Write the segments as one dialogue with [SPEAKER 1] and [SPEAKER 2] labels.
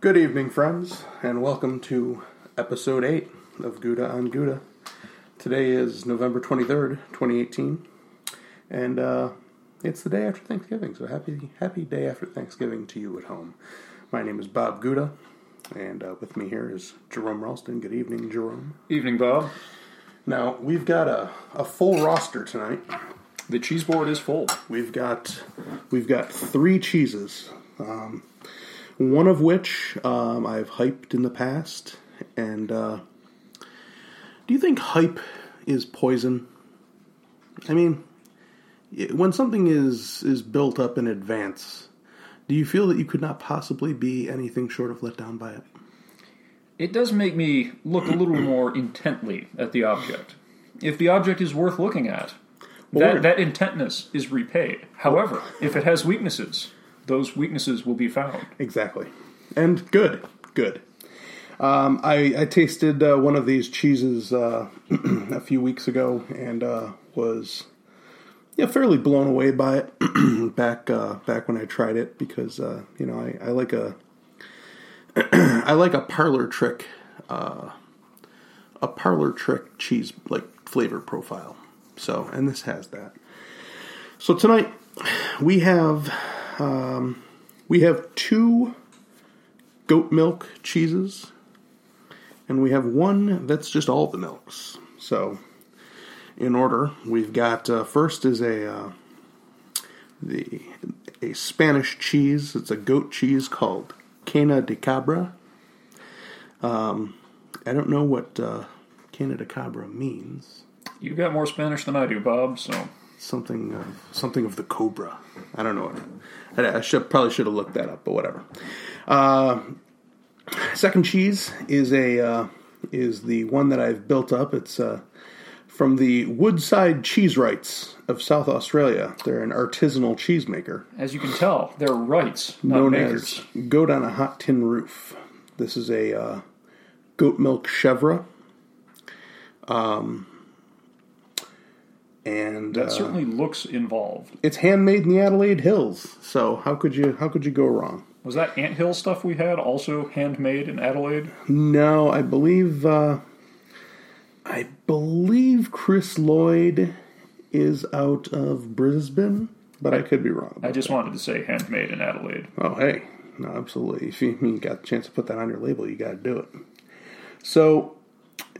[SPEAKER 1] Good evening, friends, and welcome to episode 8 of Gouda on Gouda. Today is November 23rd, 2018, and uh, it's the day after Thanksgiving, so happy, happy day after Thanksgiving to you at home. My name is Bob Gouda, and uh, with me here is Jerome Ralston. Good evening, Jerome.
[SPEAKER 2] Evening, Bob.
[SPEAKER 1] Now, we've got a, a full roster tonight.
[SPEAKER 2] The cheese board is full.
[SPEAKER 1] We've got we've got three cheeses, um, one of which um, I've hyped in the past. And uh, do you think hype is poison? I mean, it- when something is is built up in advance, do you feel that you could not possibly be anything short of let down by it?
[SPEAKER 2] It does make me look a little more intently at the object. If the object is worth looking at,
[SPEAKER 1] we're-
[SPEAKER 2] that, that intentness is repaid. However, if it has weaknesses, those weaknesses will be found.
[SPEAKER 1] Exactly. And good, good. Um, I, I tasted uh, one of these cheeses uh, a few weeks ago and uh, was yeah fairly blown away by it back uh, back when I tried it because uh, you know I, I like a I like a parlor trick uh, a parlor trick cheese like flavor profile so and this has that so tonight we have we have two goat milk cheeses, and we have one that's just all the milks. So, in order, we've got uh, first is a uh, the a Spanish cheese. It's a goat cheese called Cana de Cabra. Um, I don't know what uh, Cana de Cabra means.
[SPEAKER 2] You've got more Spanish than I do, Bob, so
[SPEAKER 1] Something of something of the cobra. I don't know. What, I, I should probably should have looked that up, but whatever. Uh, Second cheese is a uh, is the one that I've built up. It's uh, from the Woodside Cheese Rights of South Australia. They're an artisanal cheesemaker
[SPEAKER 2] as you can tell, they're rights, not
[SPEAKER 1] known
[SPEAKER 2] makers.
[SPEAKER 1] as Goat on a Hot Tin Roof. This is a uh, goat milk chevre. Um, and
[SPEAKER 2] That
[SPEAKER 1] uh,
[SPEAKER 2] certainly looks involved.
[SPEAKER 1] it's handmade in the Adelaide Hills. So how could you how could you go wrong?
[SPEAKER 2] Was that Ant Hill stuff we had also handmade in Adelaide?
[SPEAKER 1] No, I believe uh, I believe Chris Lloyd is out of Brisbane, but I could be wrong.
[SPEAKER 2] I
[SPEAKER 1] about
[SPEAKER 2] just wanted to say handmade in Adelaide.
[SPEAKER 1] that. oh, hey, no, absolutely. If you, you got the chance to put that on your label, you got to do it. So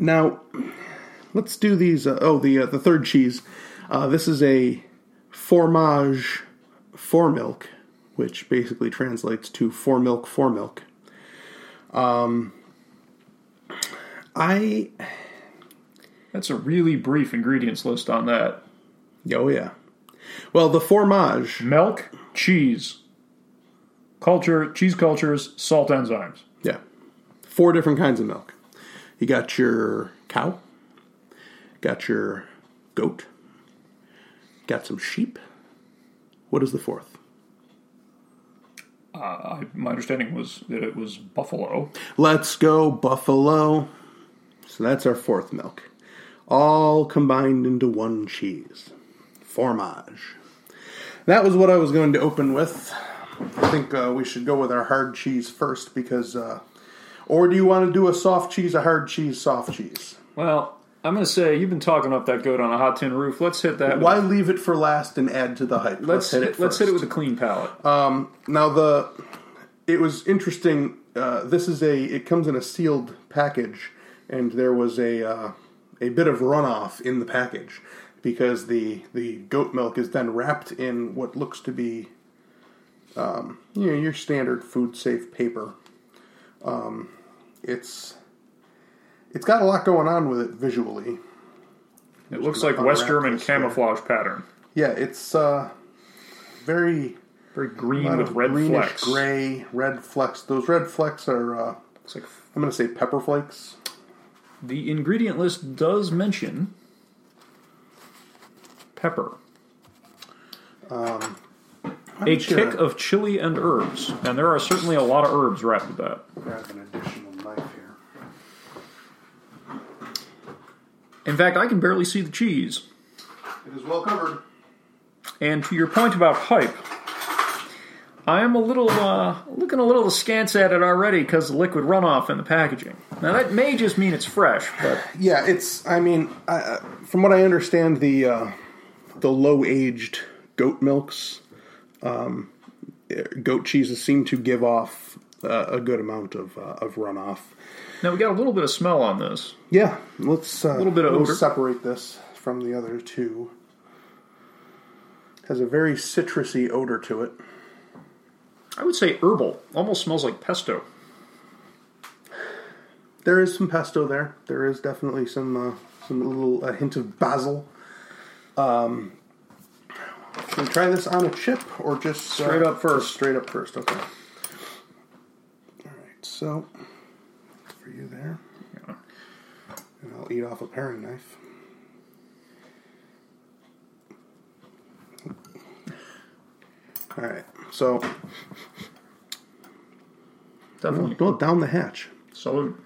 [SPEAKER 1] now let's do these. Uh, oh, the uh, the third cheese. Uh, this is a formage for milk, which basically translates to for milk for milk. Um, I
[SPEAKER 2] That's a really brief ingredients list on that.
[SPEAKER 1] Oh yeah. Well, the formage.
[SPEAKER 2] milk, cheese, culture, cheese cultures, salt enzymes.
[SPEAKER 1] Yeah. Four different kinds of milk. You got your cow. Got your goat. Got some sheep. What is the fourth?
[SPEAKER 2] I, Uh, my understanding was that it was buffalo.
[SPEAKER 1] Let's go buffalo. So that's our fourth milk. All combined into one cheese. Formage. That was what I was going to open with. I think uh, we should go with our hard cheese first because. Uh, or do you want to do a soft cheese, a hard cheese, soft cheese?
[SPEAKER 2] Well, I'm going to say you've been talking up that goat on a hot tin roof. Let's hit that.
[SPEAKER 1] Why leave it for last and add to the hype?
[SPEAKER 2] let's hit it. Uh, Let's hit it
[SPEAKER 1] first.
[SPEAKER 2] with a clean palate.
[SPEAKER 1] Now the it was interesting. Uh, this is a it comes in a sealed package, and there was a uh, a bit of runoff in the package because the the goat milk is then wrapped in what looks to be um, you know your standard food safe paper. Um, it's it's got a lot going on with it visually.
[SPEAKER 2] it looks
[SPEAKER 1] gonna
[SPEAKER 2] like West
[SPEAKER 1] unwrap
[SPEAKER 2] German
[SPEAKER 1] this here.
[SPEAKER 2] camouflage pattern.
[SPEAKER 1] Yeah, it's uh, very
[SPEAKER 2] Very
[SPEAKER 1] a
[SPEAKER 2] green
[SPEAKER 1] lot
[SPEAKER 2] with
[SPEAKER 1] of
[SPEAKER 2] red
[SPEAKER 1] greenish
[SPEAKER 2] flecks.
[SPEAKER 1] gray red flecks. Those red flecks are. Uh,
[SPEAKER 2] It's like
[SPEAKER 1] I'm going to say pepper flakes.
[SPEAKER 2] the ingredient list does mention pepper, a
[SPEAKER 1] not sure.
[SPEAKER 2] kick of chili and herbs, and there are certainly a lot of herbs wrapped with that.
[SPEAKER 1] Grab an additional knife here.
[SPEAKER 2] In fact, I can barely see the cheese.
[SPEAKER 1] It is well covered.
[SPEAKER 2] And to your point about hype, I am a little uh, looking a little askance at it already because the liquid runoff in the packaging. Now that may just mean it's fresh, but
[SPEAKER 1] Yeah, it's. I mean, I, I- from what I understand, the uh, the low aged goat milks, um, eh, goat cheeses seem to give off uh, a good amount of uh, of runoff.
[SPEAKER 2] now we got a little bit of smell on this.
[SPEAKER 1] Yeah, let's uh, a
[SPEAKER 2] little bit of odor.
[SPEAKER 1] separate this from the other two. Has a very citrusy odor to it.
[SPEAKER 2] I would say herbal, almost smells like pesto.
[SPEAKER 1] There is some pesto there. There is definitely some uh, some little a hint of basil. Um, can we try this on a chip or just
[SPEAKER 2] Straight up
[SPEAKER 1] first? Straight up first. Okay. All right. So for you there, and I'll eat off a paring knife. All right. So
[SPEAKER 2] Definitely.
[SPEAKER 1] well down the hatch.
[SPEAKER 2] Salute.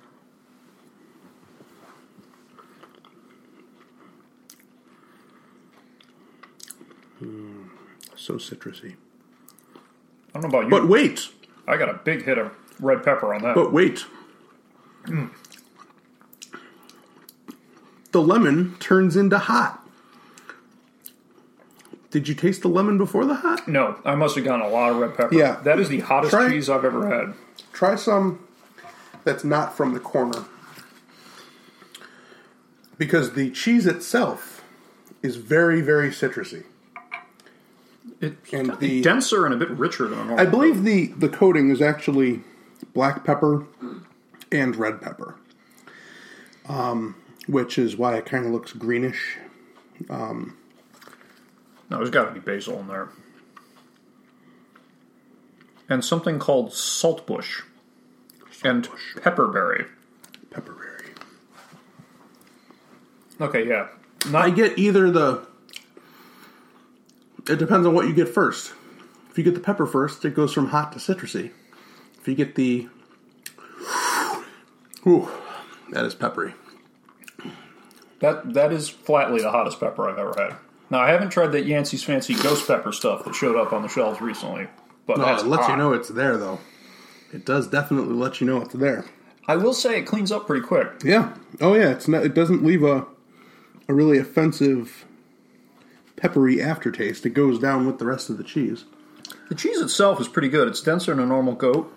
[SPEAKER 1] So citrusy.
[SPEAKER 2] I don't know about you.
[SPEAKER 1] But wait.
[SPEAKER 2] I got a big hit of red pepper on that.
[SPEAKER 1] But wait. The lemon turns into hot. Did you taste the lemon before the hot?
[SPEAKER 2] no, I must have gotten a lot of red pepper.
[SPEAKER 1] Yeah.
[SPEAKER 2] That is the hottest
[SPEAKER 1] Try-
[SPEAKER 2] cheese I've ever had.
[SPEAKER 1] Try some that's not from the corner. Because the cheese itself is very, very citrusy.
[SPEAKER 2] It's
[SPEAKER 1] And the-
[SPEAKER 2] denser and a bit richer than a normal.
[SPEAKER 1] I believe the, the coating is actually black pepper and red pepper, um, which is why it kind of looks greenish.
[SPEAKER 2] No, there's got to be basil in there. And something called saltbush and pepperberry.
[SPEAKER 1] Pepperberry.
[SPEAKER 2] Okay, yeah.
[SPEAKER 1] I
[SPEAKER 2] Not
[SPEAKER 1] get either the. It depends on what you get first. If you get the pepper first, it goes from hot to citrusy. If you get the. Whew, that is peppery.
[SPEAKER 2] that that is flatly the hottest pepper I've ever had. Now I haven't tried that Yancey's fancy ghost pepper stuff that showed up on the shelves recently. But
[SPEAKER 1] Oh,
[SPEAKER 2] that's
[SPEAKER 1] it lets you
[SPEAKER 2] hot.
[SPEAKER 1] know it's there, though. It does definitely let you know it's there.
[SPEAKER 2] I will say it cleans up pretty quick.
[SPEAKER 1] Yeah. Oh, yeah. It's not. It doesn't leave a, a really offensive, peppery aftertaste. It goes down with the rest of the cheese.
[SPEAKER 2] The cheese itself is pretty good. It's denser than a normal goat.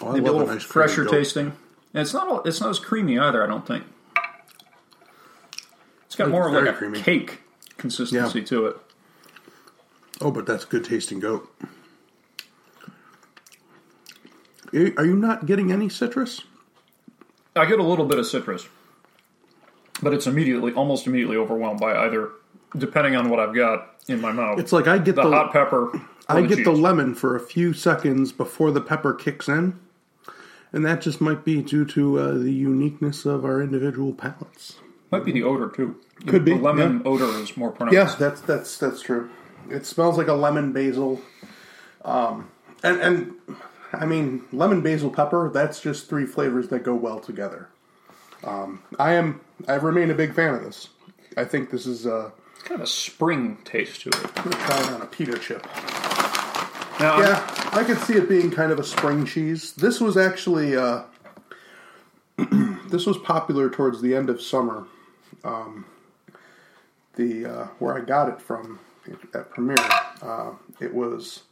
[SPEAKER 1] Oh, I
[SPEAKER 2] Maybe a
[SPEAKER 1] love
[SPEAKER 2] little
[SPEAKER 1] nice creamy
[SPEAKER 2] fresher
[SPEAKER 1] goat.
[SPEAKER 2] tasting. And it's not all, it's not as creamy either. I don't think. It's got more of
[SPEAKER 1] very
[SPEAKER 2] like a
[SPEAKER 1] creamy.
[SPEAKER 2] cake consistency to it.
[SPEAKER 1] Oh, but that's good tasting goat. Are are you not getting any citrus?
[SPEAKER 2] I get a little bit of citrus, but it's immediately almost immediately overwhelmed by either, depending on what I've got in my mouth.
[SPEAKER 1] It's like I get
[SPEAKER 2] the,
[SPEAKER 1] the,
[SPEAKER 2] hot pepper. or
[SPEAKER 1] I get the
[SPEAKER 2] cheese.
[SPEAKER 1] lemon for a few seconds before the pepper kicks in, and that just might be due to uh, the uniqueness of our individual palates.
[SPEAKER 2] might be the odor too.
[SPEAKER 1] Could
[SPEAKER 2] the
[SPEAKER 1] be,
[SPEAKER 2] lemon odor is more pronounced.
[SPEAKER 1] Yes, that's that's that's true. It smells like a lemon basil, um, and and I mean lemon basil pepper. That's just three flavors that go well together. Um, I am I remain a big fan of this. I think this is uh,
[SPEAKER 2] It's kind of a spring taste to it.
[SPEAKER 1] I'm gonna try it on a pita chip.
[SPEAKER 2] Now, I'm-
[SPEAKER 1] Yeah, I could see it being kind of a spring cheese. This was actually uh, this was popular towards the end of summer. Um, the uh, where I got it from at Premier, uh, it was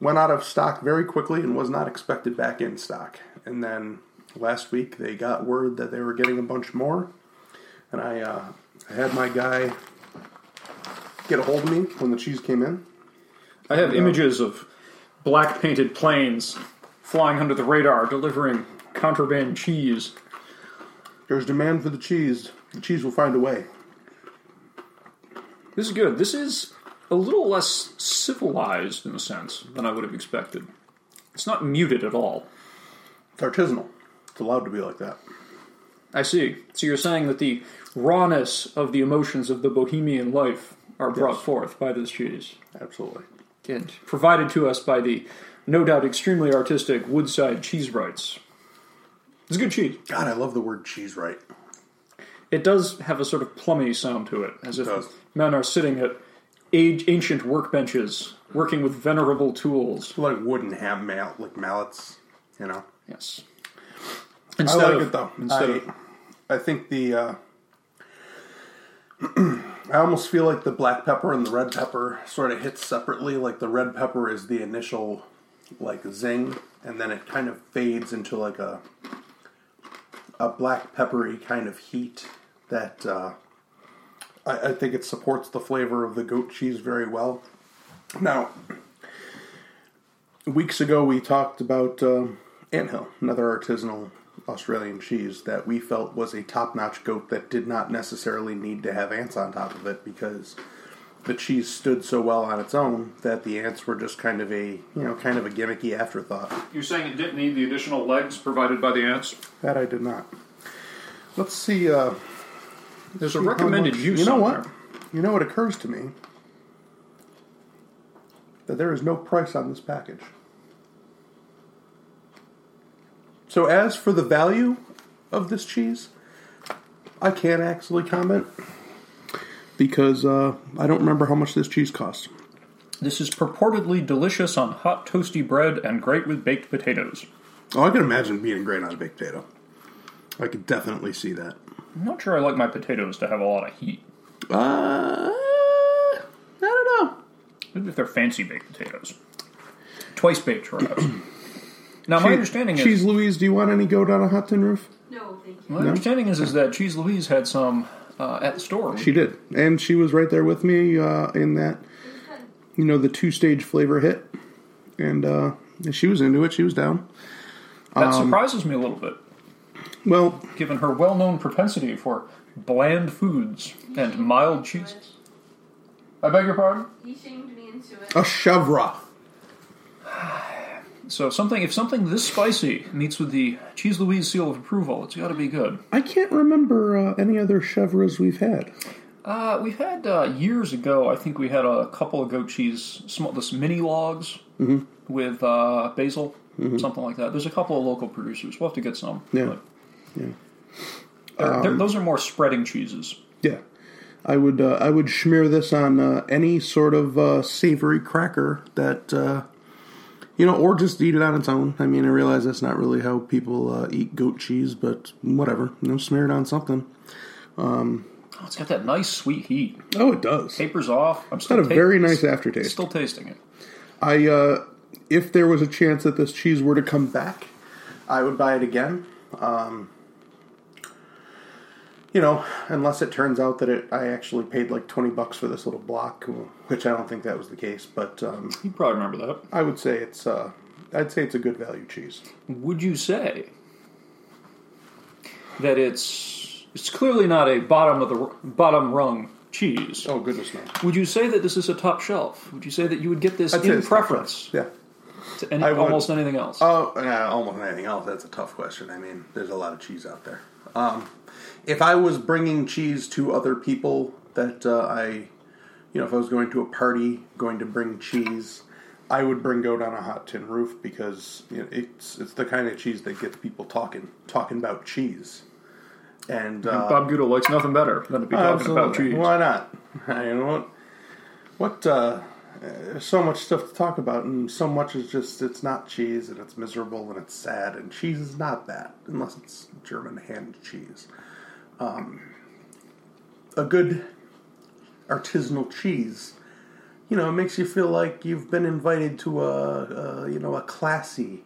[SPEAKER 1] went out of stock very quickly and was not expected back in stock. And then last week they got word that they were getting a bunch more, and I uh, I had my guy get a hold of me when the cheese came in.
[SPEAKER 2] I have images of black painted planes flying under the radar, delivering contraband cheese.
[SPEAKER 1] There's demand for the cheese. The cheese will find a way.
[SPEAKER 2] This is good. This is a little less civilized in a sense than I would have expected. It's not muted at all.
[SPEAKER 1] It's artisanal. It's allowed to be like that.
[SPEAKER 2] I see. So you're saying that the rawness of the emotions of the bohemian life are brought forth by this cheese,
[SPEAKER 1] Absolutely.
[SPEAKER 2] and provided to us by the no doubt extremely artistic Woodside cheese rights. It's good cheese.
[SPEAKER 1] God, I love the word cheese right.
[SPEAKER 2] It does have a sort of plummy sound to it, as if
[SPEAKER 1] does.
[SPEAKER 2] men are sitting at age, ancient workbenches, working with venerable tools.
[SPEAKER 1] Like wooden ham mal- like mallets, you know.
[SPEAKER 2] Yes.
[SPEAKER 1] I
[SPEAKER 2] Instead
[SPEAKER 1] like
[SPEAKER 2] of,
[SPEAKER 1] it though.
[SPEAKER 2] Instead
[SPEAKER 1] I,
[SPEAKER 2] of,
[SPEAKER 1] I think the uh, I almost feel like the black pepper and the red pepper sort of hit separately. Like the red pepper is the initial like zing, and then it kind of fades into like a a black peppery kind of heat that uh, I, I think it supports the flavor of the goat cheese very well. Now, weeks ago we talked about um Anthill, another artisanal Australian cheese that we felt was a top notch goat that did not necessarily need to have ants on top of it because the cheese stood so well on its own that the ants were just kind of a you know kind of a gimmicky afterthought.
[SPEAKER 2] you're saying it didn't need the additional legs provided by the ants?
[SPEAKER 1] That I did not. Let's see. Uh,
[SPEAKER 2] There's a
[SPEAKER 1] how
[SPEAKER 2] recommended
[SPEAKER 1] much-
[SPEAKER 2] use.
[SPEAKER 1] You know
[SPEAKER 2] on
[SPEAKER 1] what?
[SPEAKER 2] there.
[SPEAKER 1] You know what occurs to me that there is no price on this package. So as for the value of this cheese, I can't actually comment because uh, I don't remember how much this cheese costs.
[SPEAKER 2] This is purportedly delicious on hot toasty bread and great with baked potatoes.
[SPEAKER 1] Oh, I can imagine being great on a baked potato. I could definitely see that.
[SPEAKER 2] I'm not sure I like my potatoes to have a lot of heat,
[SPEAKER 1] Uh, I don't know.
[SPEAKER 2] even if they're fancy baked potatoes. Twice baked, perhaps. now, my understanding is
[SPEAKER 1] cheese Louise, do you want any goat on a hot tin roof?
[SPEAKER 3] No, thank you.
[SPEAKER 2] my understanding is is that Cheese Louise had some uh, at the store.
[SPEAKER 1] She did, and she was right there with me uh, in that, you know, the two stage flavor hit, and uh, she was into it. She was down.
[SPEAKER 2] that
[SPEAKER 1] Um,
[SPEAKER 2] surprises me a little bit,
[SPEAKER 1] Well,
[SPEAKER 2] given her well-known propensity for bland foods and mild cheese. I beg your pardon.
[SPEAKER 3] He shamed me into it.
[SPEAKER 1] a chevra.
[SPEAKER 2] So something, if something this spicy meets with the Cheese Louise seal of approval, it's got to be good.
[SPEAKER 1] I can't remember uh, any other chevras we've had.
[SPEAKER 2] Uh, we've had uh, years ago. I think we had a couple of goat cheese, sm- this mini logs
[SPEAKER 1] Mm-hmm.
[SPEAKER 2] with uh, basil, something like that. There's a couple of local producers. We'll have to get some.
[SPEAKER 1] Yeah. Um,
[SPEAKER 2] but they're- they're- those are more spreading cheeses.
[SPEAKER 1] Yeah, I would uh, I would smear this on uh, any sort of uh, savory cracker that uh, you know, or just eat it on its own. I mean, I realize that's not really how people uh, eat goat cheese, but whatever. You know, smear it on something.
[SPEAKER 2] Oh, it's got that nice sweet heat.
[SPEAKER 1] Oh, it does.
[SPEAKER 2] Tapers off. I'm still
[SPEAKER 1] Got a
[SPEAKER 2] ta-
[SPEAKER 1] very nice aftertaste.
[SPEAKER 2] Still tasting it.
[SPEAKER 1] I uh, if there was a chance that this cheese were to come back, I would buy it again. Um, you know, unless it turns out that it I actually paid like twenty bucks for this little block, which I don't think that was the case. But um,
[SPEAKER 2] You probably remember that.
[SPEAKER 1] I would say it's uh, I'd say it's a good value cheese.
[SPEAKER 2] Would you say that it's it's clearly not a bottom of the r- bottom rung cheese?
[SPEAKER 1] Oh goodness no!
[SPEAKER 2] Would you say that this is a top shelf? Would you say that you would get this
[SPEAKER 1] I'd say
[SPEAKER 2] in
[SPEAKER 1] it's top
[SPEAKER 2] preference
[SPEAKER 1] Yeah.
[SPEAKER 2] to any,
[SPEAKER 1] I would.
[SPEAKER 2] almost anything else?
[SPEAKER 1] Oh, nah, almost anything else. That's a tough question. I mean, there's a lot of cheese out there. Um, if I was bringing cheese to other people that uh, I, you know, if I was going to a party, going to bring cheese, I would bring goat on a hot tin roof because you know, it's it's the kind of cheese that gets people talking talking about cheese. And uh,
[SPEAKER 2] Bob Gudo likes nothing better than to be talking about
[SPEAKER 1] Absolutely.
[SPEAKER 2] cheese.
[SPEAKER 1] Why not? I mean, what? What? Uh, there's so much stuff to talk about, and so much is just it's not cheese, and it's miserable, and it's sad, and cheese is not that unless it's German hand cheese. Um, a good artisanal cheese, you know, it makes you feel like you've been invited to a, a you know a classy,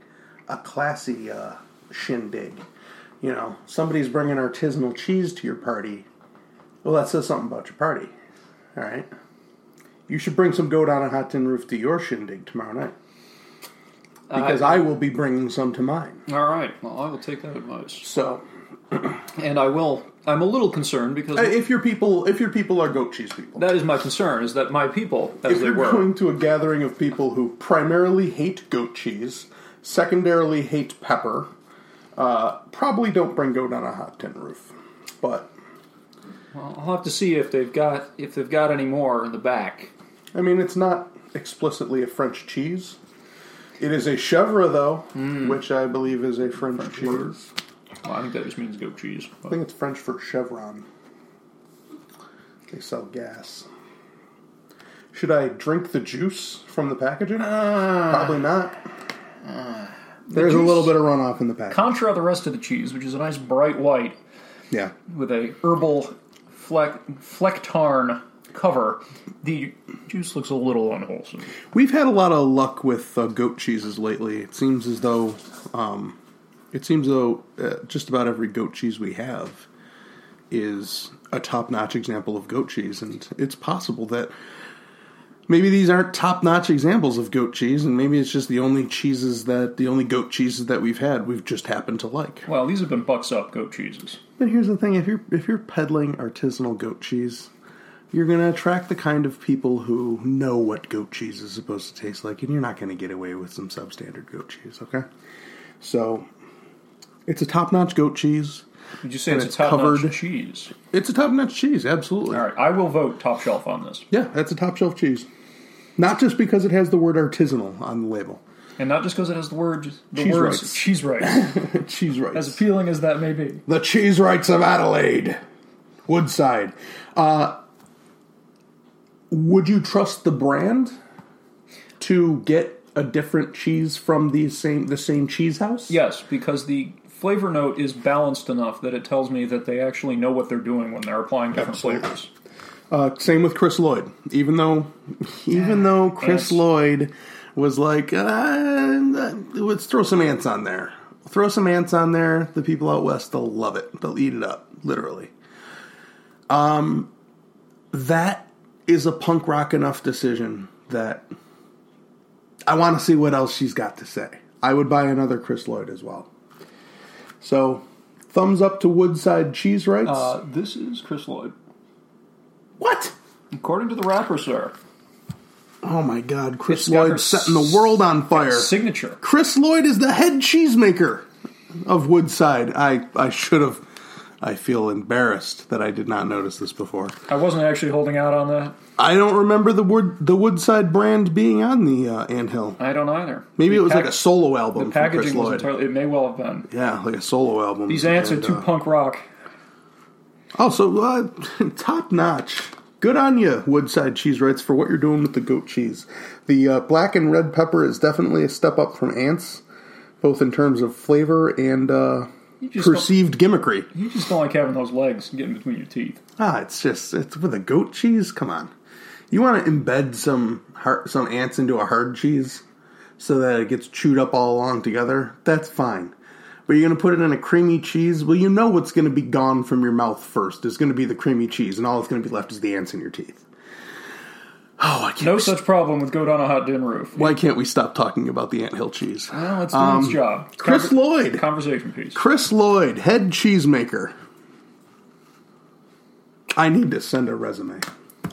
[SPEAKER 1] a classy uh, shindig. You know, somebody's bringing artisanal cheese to your party. Well, that says something about your party. All right. You should bring some goat on a hot tin roof to your shindig tomorrow night. Because
[SPEAKER 2] Uh,
[SPEAKER 1] I will be bringing some to mine.
[SPEAKER 2] All right. Well, I will take that advice,
[SPEAKER 1] So,
[SPEAKER 2] and I will. I'm a little concerned because
[SPEAKER 1] uh, if your people, if your people are goat cheese people,
[SPEAKER 2] that is my concern: is that my people, as
[SPEAKER 1] if
[SPEAKER 2] they
[SPEAKER 1] you're
[SPEAKER 2] were,
[SPEAKER 1] going to a gathering of people who primarily hate goat cheese, secondarily hate pepper, uh, probably don't bring goat on a hot tin roof. But
[SPEAKER 2] I'll have to see if they've got if they've got any more in the back.
[SPEAKER 1] I mean, it's not explicitly a French cheese. It is a chevre, though, which I believe is a Mm. French, cheese.
[SPEAKER 2] Well, I think that just means goat cheese.
[SPEAKER 1] I
[SPEAKER 2] But
[SPEAKER 1] think it's French for Chevron. They sell gas. Should I drink the juice from the packaging? Probably not. Ah. There's a
[SPEAKER 2] juice-
[SPEAKER 1] little bit of runoff in the package.
[SPEAKER 2] Contra the rest of the cheese, which is a nice bright white
[SPEAKER 1] yeah.
[SPEAKER 2] with a herbal fleck, flectarn cover, the juice looks a little unwholesome.
[SPEAKER 1] We've had a lot of luck with uh, goat cheeses lately. It seems as though, um, it seems though, uh, just about every goat cheese we have is a top-notch example of goat cheese, and it's possible that maybe these aren't top-notch examples of goat cheese, and maybe it's just the only cheeses that the only goat cheeses that we've had we've just happened to like.
[SPEAKER 2] Well, these have been bucks up goat cheeses.
[SPEAKER 1] But here's the thing: if you're if you're peddling artisanal goat cheese, you're going to attract the kind of people who know what goat cheese is supposed to taste like, and you're not going to get away with some substandard goat cheese. Okay, so it's a top-notch goat cheese.
[SPEAKER 2] Did you say
[SPEAKER 1] And
[SPEAKER 2] it's,
[SPEAKER 1] it's
[SPEAKER 2] a top
[SPEAKER 1] covered-
[SPEAKER 2] notch cheese?
[SPEAKER 1] It's a top-notch cheese, absolutely.
[SPEAKER 2] All right, I will vote top shelf on this,
[SPEAKER 1] Yeah, that's a top-shelf cheese. Not just because it has the word artisanal on the label.
[SPEAKER 2] and not just because it has the word the
[SPEAKER 1] Cheese
[SPEAKER 2] words
[SPEAKER 1] rights.
[SPEAKER 2] cheese rights,
[SPEAKER 1] cheese rights.
[SPEAKER 2] as appealing as that may be.
[SPEAKER 1] The cheese rights of Adelaide, Woodside. Uh, would you trust the brand to get a different cheese from the same the same cheese house?
[SPEAKER 2] Yes, because the flavor note is balanced enough that it tells me that they actually know what they're doing when they're applying different
[SPEAKER 1] Absolutely.
[SPEAKER 2] flavors.
[SPEAKER 1] Uh, same with Chris Lloyd. Even though, even though Chris
[SPEAKER 2] Ants.
[SPEAKER 1] Lloyd was like, uh, let's throw some ants on there. Throw some ants on there. The people out west, they'll love it. They'll eat it up, literally. Um, that is a punk rock enough decision that I want to see what else she's got to say. I would buy another Chris Lloyd as well. So, thumbs up to Woodside Cheese Rights.
[SPEAKER 2] Uh, this is Chris Lloyd,
[SPEAKER 1] what?
[SPEAKER 2] according to the rapper, sir.
[SPEAKER 1] Oh my God, Chris
[SPEAKER 2] It's got her
[SPEAKER 1] Lloyd setting the world on fire.
[SPEAKER 2] Signature.
[SPEAKER 1] Chris Lloyd is the head cheesemaker of Woodside. I, I should have. I feel embarrassed that I did not notice this before.
[SPEAKER 2] I wasn't actually holding out on that.
[SPEAKER 1] I don't remember the wood the Woodside brand being on the uh, anthill.
[SPEAKER 2] I don't either.
[SPEAKER 1] Maybe
[SPEAKER 2] The
[SPEAKER 1] it was
[SPEAKER 2] pack-
[SPEAKER 1] like a solo album. from
[SPEAKER 2] the
[SPEAKER 1] Chris
[SPEAKER 2] packaging was
[SPEAKER 1] Lloyd.
[SPEAKER 2] entirely. It may well have been.
[SPEAKER 1] yeah, like a solo album.
[SPEAKER 2] These ants are
[SPEAKER 1] And,
[SPEAKER 2] too
[SPEAKER 1] uh,
[SPEAKER 2] punk rock.
[SPEAKER 1] Oh, so uh, top notch. Good on you, Woodside Cheese Rights, for what you're doing with the goat cheese. The uh, black and red pepper is definitely a step up from ants, both in terms of flavor and uh,
[SPEAKER 2] You just, don't,
[SPEAKER 1] perceived gimmickry.
[SPEAKER 2] you just don't like having those legs getting between your teeth.
[SPEAKER 1] Ah, it's just it's with a goat cheese. Come on, you want to embed some hard, some ants into a hard cheese so that it gets chewed up all along together. That's fine, but you're gonna put it in a creamy cheese. Well, you know what's gonna be gone from your mouth first is gonna be the creamy cheese, and all that's gonna be left is the ants in your teeth. Oh, I can't.
[SPEAKER 2] No such problem with goat on a hot din roof.
[SPEAKER 1] Why can't we stop talking about the anthill cheese? Um,
[SPEAKER 2] Well, it's doing its job. It's
[SPEAKER 1] Chris
[SPEAKER 2] conver-
[SPEAKER 1] Lloyd.
[SPEAKER 2] Conversation piece.
[SPEAKER 1] Chris Lloyd, head cheesemaker. I need to send a resume.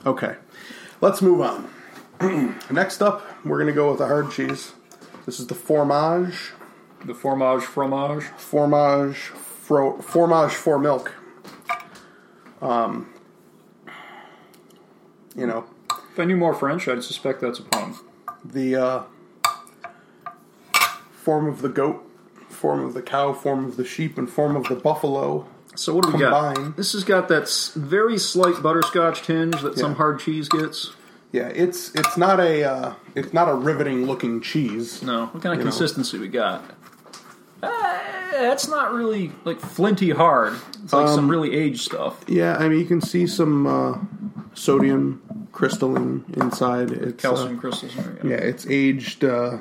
[SPEAKER 1] Okay, let's move on. Next up, we're going to go with a hard cheese. This is the fromage,
[SPEAKER 2] The fromage, fromage.
[SPEAKER 1] fromage, fro, fromage for milk. Um, you know
[SPEAKER 2] If I knew more French, I'd suspect that's a pun.
[SPEAKER 1] the uh, form of the goat, form of the cow, form of the sheep, and form of the buffalo.
[SPEAKER 2] So what do we
[SPEAKER 1] Combine.
[SPEAKER 2] got? This has got that s- very slight butterscotch tinge that some
[SPEAKER 1] Yeah.
[SPEAKER 2] hard cheese gets.
[SPEAKER 1] Yeah, it's it's not a uh, it's not a riveting looking cheese.
[SPEAKER 2] No, what kind of
[SPEAKER 1] You know.
[SPEAKER 2] consistency we got? Uh, that's not really like flinty hard. It's like
[SPEAKER 1] Um,
[SPEAKER 2] some really aged stuff.
[SPEAKER 1] Yeah, I mean you can see some uh, sodium crystalline inside. It's, uh,
[SPEAKER 2] Calcium crystals. in there,
[SPEAKER 1] yeah, it's aged. Uh,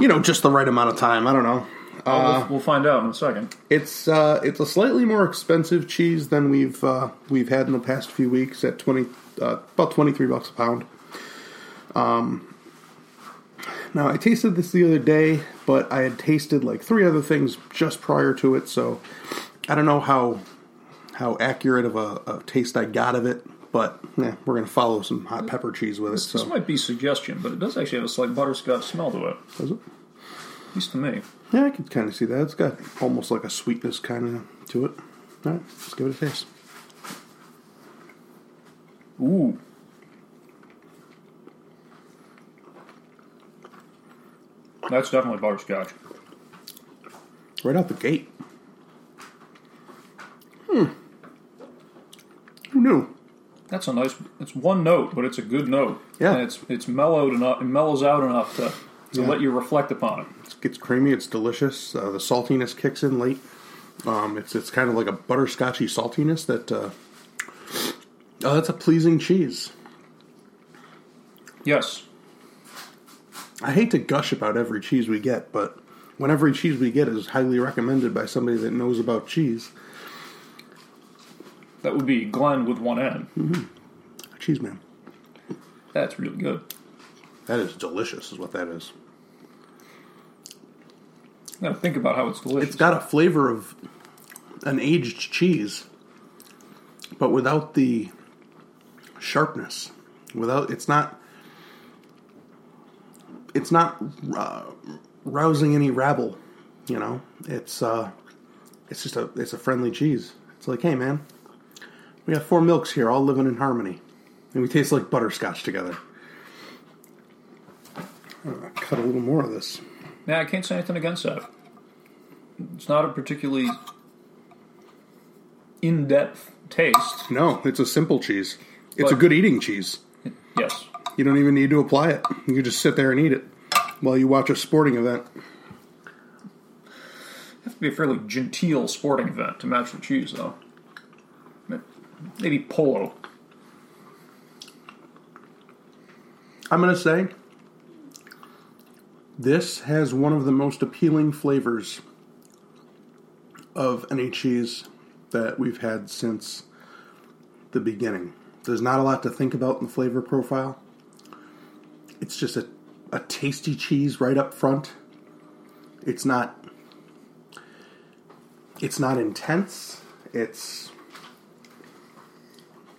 [SPEAKER 1] you know, just the right amount of time. I don't know.
[SPEAKER 2] Well, we'll, we'll find out in a second.
[SPEAKER 1] It's uh, it's a slightly more expensive cheese than we've uh, we've had in the past few weeks at twenty uh, about twenty three bucks a pound. Um, now I tasted this the other day, but I had tasted like three other things just prior to it, so I don't know how how accurate of a, a taste I got of it. But yeah, we're gonna follow some hot pepper cheese with it.
[SPEAKER 2] This
[SPEAKER 1] So
[SPEAKER 2] might be suggestion, but it does actually have a slight butterscotch smell to it,
[SPEAKER 1] Does it?
[SPEAKER 2] at least to me.
[SPEAKER 1] yeah, I can kind of see that. It's got almost like a sweetness kind of to it. All right, let's give it a taste.
[SPEAKER 2] Ooh, that's definitely butterscotch.
[SPEAKER 1] right out the gate. Hmm. Who knew?
[SPEAKER 2] That's that's a nice. It's one note, but it's a good note.
[SPEAKER 1] Yeah.
[SPEAKER 2] and it's it's mellowed enough. It mellows out enough to to
[SPEAKER 1] Yeah.
[SPEAKER 2] let you reflect upon it.
[SPEAKER 1] It's, it's creamy. It's delicious. Uh, the saltiness kicks in late. Um, it's it's kind of like a butterscotchy saltiness that. Uh, oh, that's a pleasing cheese.
[SPEAKER 2] Yes,
[SPEAKER 1] I hate to gush about every cheese we get, but when every cheese we get is highly recommended by somebody that knows about cheese,
[SPEAKER 2] that would be Glenn with one N.
[SPEAKER 1] cheese man,
[SPEAKER 2] That's really good.
[SPEAKER 1] that is delicious. Is what that is.
[SPEAKER 2] Now think about how it's delicious.
[SPEAKER 1] It's got a flavor of an aged cheese, but without the sharpness. Without it's not it's not uh, rousing any rabble. You know, it's uh, it's just a it's a friendly cheese. It's like, hey man, we have four milks here, all living in harmony, and we taste like butterscotch together. I'm gonna cut a little more of this.
[SPEAKER 2] Yeah, I can't say anything against that. It's not a particularly in-depth taste.
[SPEAKER 1] No, it's a simple cheese. It's a
[SPEAKER 2] But-
[SPEAKER 1] good eating cheese.
[SPEAKER 2] Yes,
[SPEAKER 1] You don't even need to apply it. You can just sit there and eat it while you watch a sporting event.
[SPEAKER 2] have to be a fairly genteel sporting event to match the cheese, though. Maybe polo.
[SPEAKER 1] I'm going to say this has one of the most appealing flavors of any cheese that we've had since the beginning. There's not a lot to think about in the flavor profile. It's just a, a tasty cheese right up front. It's not it's not intense. It's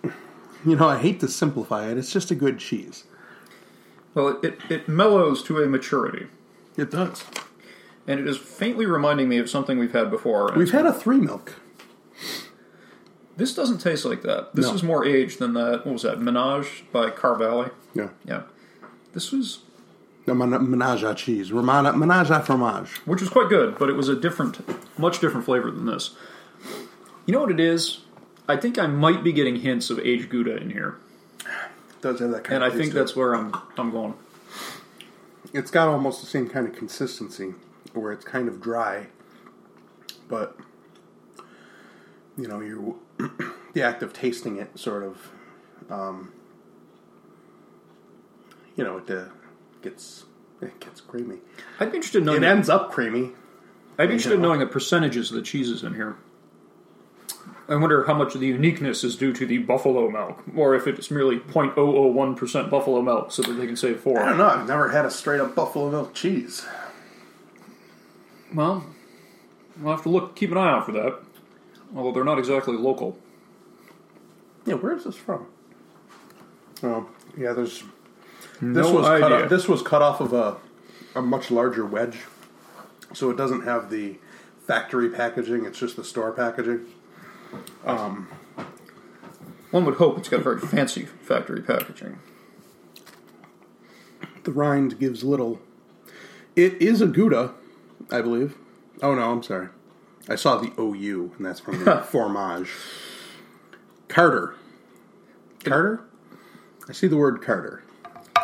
[SPEAKER 1] you know, I hate to simplify it. It's just a good cheese.
[SPEAKER 2] Well, it, it, it mellows to a maturity,
[SPEAKER 1] It does.
[SPEAKER 2] and it is faintly reminding me of something we've had before. and
[SPEAKER 1] We've had a three milk.
[SPEAKER 2] This doesn't taste like that. This
[SPEAKER 1] No.
[SPEAKER 2] is more aged than that. What was that? Menage by Carvalli.
[SPEAKER 1] Yeah.
[SPEAKER 2] Yeah, this was,
[SPEAKER 1] The men- menage à cheese. Romana, menage à fromage.
[SPEAKER 2] which was quite good, but it was a different, much different flavor than this. You know what it is? I think I might be getting hints of aged Gouda in here,
[SPEAKER 1] Does have that kind
[SPEAKER 2] and I
[SPEAKER 1] of taste
[SPEAKER 2] think
[SPEAKER 1] to it.
[SPEAKER 2] that's where I'm I'm going.
[SPEAKER 1] It's got almost the same kind of consistency where it's kind of dry, but, you know, you the act of tasting it sort of, um, you know, it uh, gets it gets creamy.
[SPEAKER 2] I'd be interested in knowing.
[SPEAKER 1] It ends up creamy.
[SPEAKER 2] I'd be interested in knowing the percentages of the cheeses in here. I wonder how much of the uniqueness is due to the buffalo milk, or if it's merely 0.001% buffalo milk, so that they can save
[SPEAKER 1] I don't
[SPEAKER 2] four.
[SPEAKER 1] know. I've never had a straight up buffalo milk cheese.
[SPEAKER 2] Well, we'll have to look, keep an eye out for that. Although they're not exactly local.
[SPEAKER 1] Yeah, where is this from? Oh, yeah. There's
[SPEAKER 2] No
[SPEAKER 1] this was cut
[SPEAKER 2] idea.
[SPEAKER 1] off, this was cut off of a a much larger wedge, so it doesn't have the factory packaging. It's just the store packaging.
[SPEAKER 2] One would hope it's got very fancy factory packaging.
[SPEAKER 1] The rind gives little. It is a Gouda, I believe. Oh no, I'm sorry. I saw the OU, and that's from the fromage. Carter. Carter. I see the word Carter.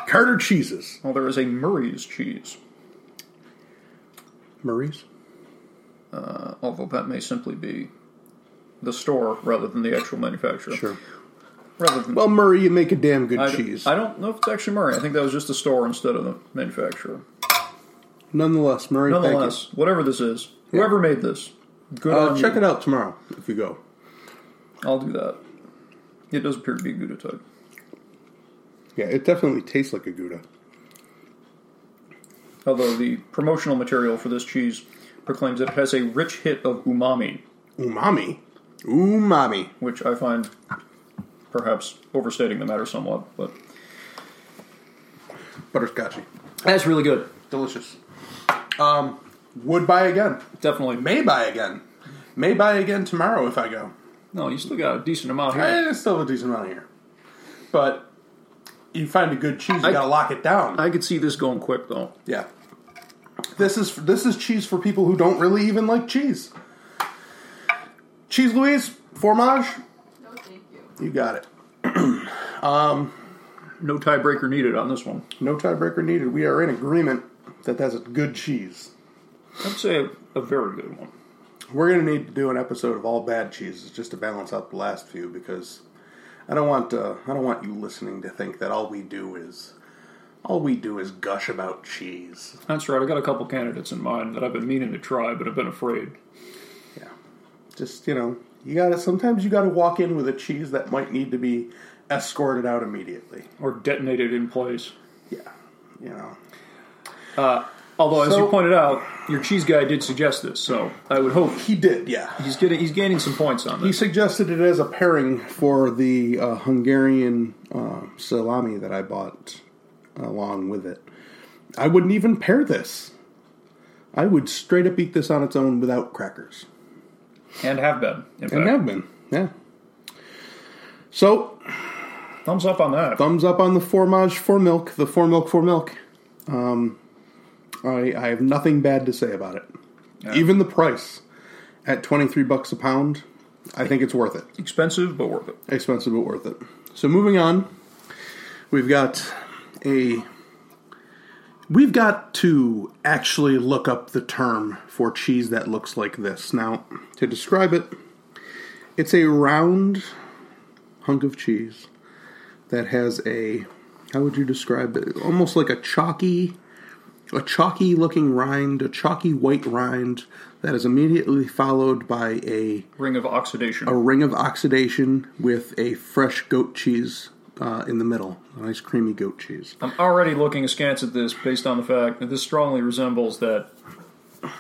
[SPEAKER 1] Carter cheeses.
[SPEAKER 2] Well, there is a Murray's cheese,
[SPEAKER 1] Maurice.
[SPEAKER 2] uh, although that may simply be the store rather than the actual manufacturer. Rather than
[SPEAKER 1] Well, Murray, you make a damn good
[SPEAKER 2] I,
[SPEAKER 1] cheese.
[SPEAKER 2] I don't know if it's actually Murray. I think that was just the store instead of the manufacturer.
[SPEAKER 1] Nonetheless, Murray, thank you.
[SPEAKER 2] Nonetheless, Um, whatever this is, whoever made this, good
[SPEAKER 1] Uh,
[SPEAKER 2] on
[SPEAKER 1] check
[SPEAKER 2] you.
[SPEAKER 1] it out tomorrow if you go.
[SPEAKER 2] I'll do that. It does appear to be a Gouda type.
[SPEAKER 1] Yeah, it definitely tastes like a Gouda.
[SPEAKER 2] Although the promotional material for this cheese proclaims that it has a rich hit of umami,
[SPEAKER 1] Umami. Umami.
[SPEAKER 2] which I find perhaps overstating the matter somewhat, but
[SPEAKER 1] Butterscotchy.
[SPEAKER 2] that's really good.
[SPEAKER 1] Delicious. Um, would buy again.
[SPEAKER 2] Definitely.
[SPEAKER 1] May buy again. May buy again tomorrow if I go.
[SPEAKER 2] No, you still got a decent amount here.
[SPEAKER 1] Eh, It's still a decent amount here. But you find a good cheese, you gotta lock it down.
[SPEAKER 2] I could see this going quick though.
[SPEAKER 1] yeah. This is this is cheese for people who don't really even like cheese. Cheese Louise, fromage,
[SPEAKER 3] No, thank you.
[SPEAKER 1] You got it.
[SPEAKER 2] No tiebreaker needed on this one.
[SPEAKER 1] No tiebreaker needed. We are in agreement that that's a good cheese.
[SPEAKER 2] I'd say a, a very good one.
[SPEAKER 1] We're going to need to do an episode of all bad cheeses just to balance out the last few because I don't want uh, I don't want you listening to think that all we do is all we do is gush about cheese.
[SPEAKER 2] That's right. I got a couple candidates in mind that I've been meaning to try, but I've been afraid.
[SPEAKER 1] Yeah. Just, you know, you got to sometimes you got to walk in with a cheese that might need to be escorted out immediately.
[SPEAKER 2] or detonated in place.
[SPEAKER 1] Yeah. You know.
[SPEAKER 2] Although, as
[SPEAKER 1] So-
[SPEAKER 2] you pointed out, your cheese guy did suggest this, so I would hope
[SPEAKER 1] He did, yeah.
[SPEAKER 2] he's getting he's gaining some points on
[SPEAKER 1] He
[SPEAKER 2] this.
[SPEAKER 1] suggested it as a pairing for the uh, Hungarian uh, salami that I bought along with it. I wouldn't even pair this. I would straight up eat this on its own without crackers.
[SPEAKER 2] And have been. In
[SPEAKER 1] And
[SPEAKER 2] fact.
[SPEAKER 1] have been, yeah. So,
[SPEAKER 2] thumbs up on that.
[SPEAKER 1] thumbs up on the Formage for Milk, the For Milk for Milk. Um, I, I have nothing bad to say about it. Even the price at 23 bucks a pound, I think it's worth it.
[SPEAKER 2] Expensive, but worth it.
[SPEAKER 1] expensive but worth it. So moving on, we've got a we've got to actually look up the term for cheese that looks like this. Now, to describe it, it's a round hunk of cheese that has a how would you describe it? Almost like a chalky a chalky looking rind, a chalky white rind that is immediately followed by a
[SPEAKER 2] Ring of oxidation.
[SPEAKER 1] a ring of oxidation with a fresh goat cheese uh, in the middle, a nice creamy goat cheese.
[SPEAKER 2] I'm already looking askance at this based on the fact that this strongly resembles that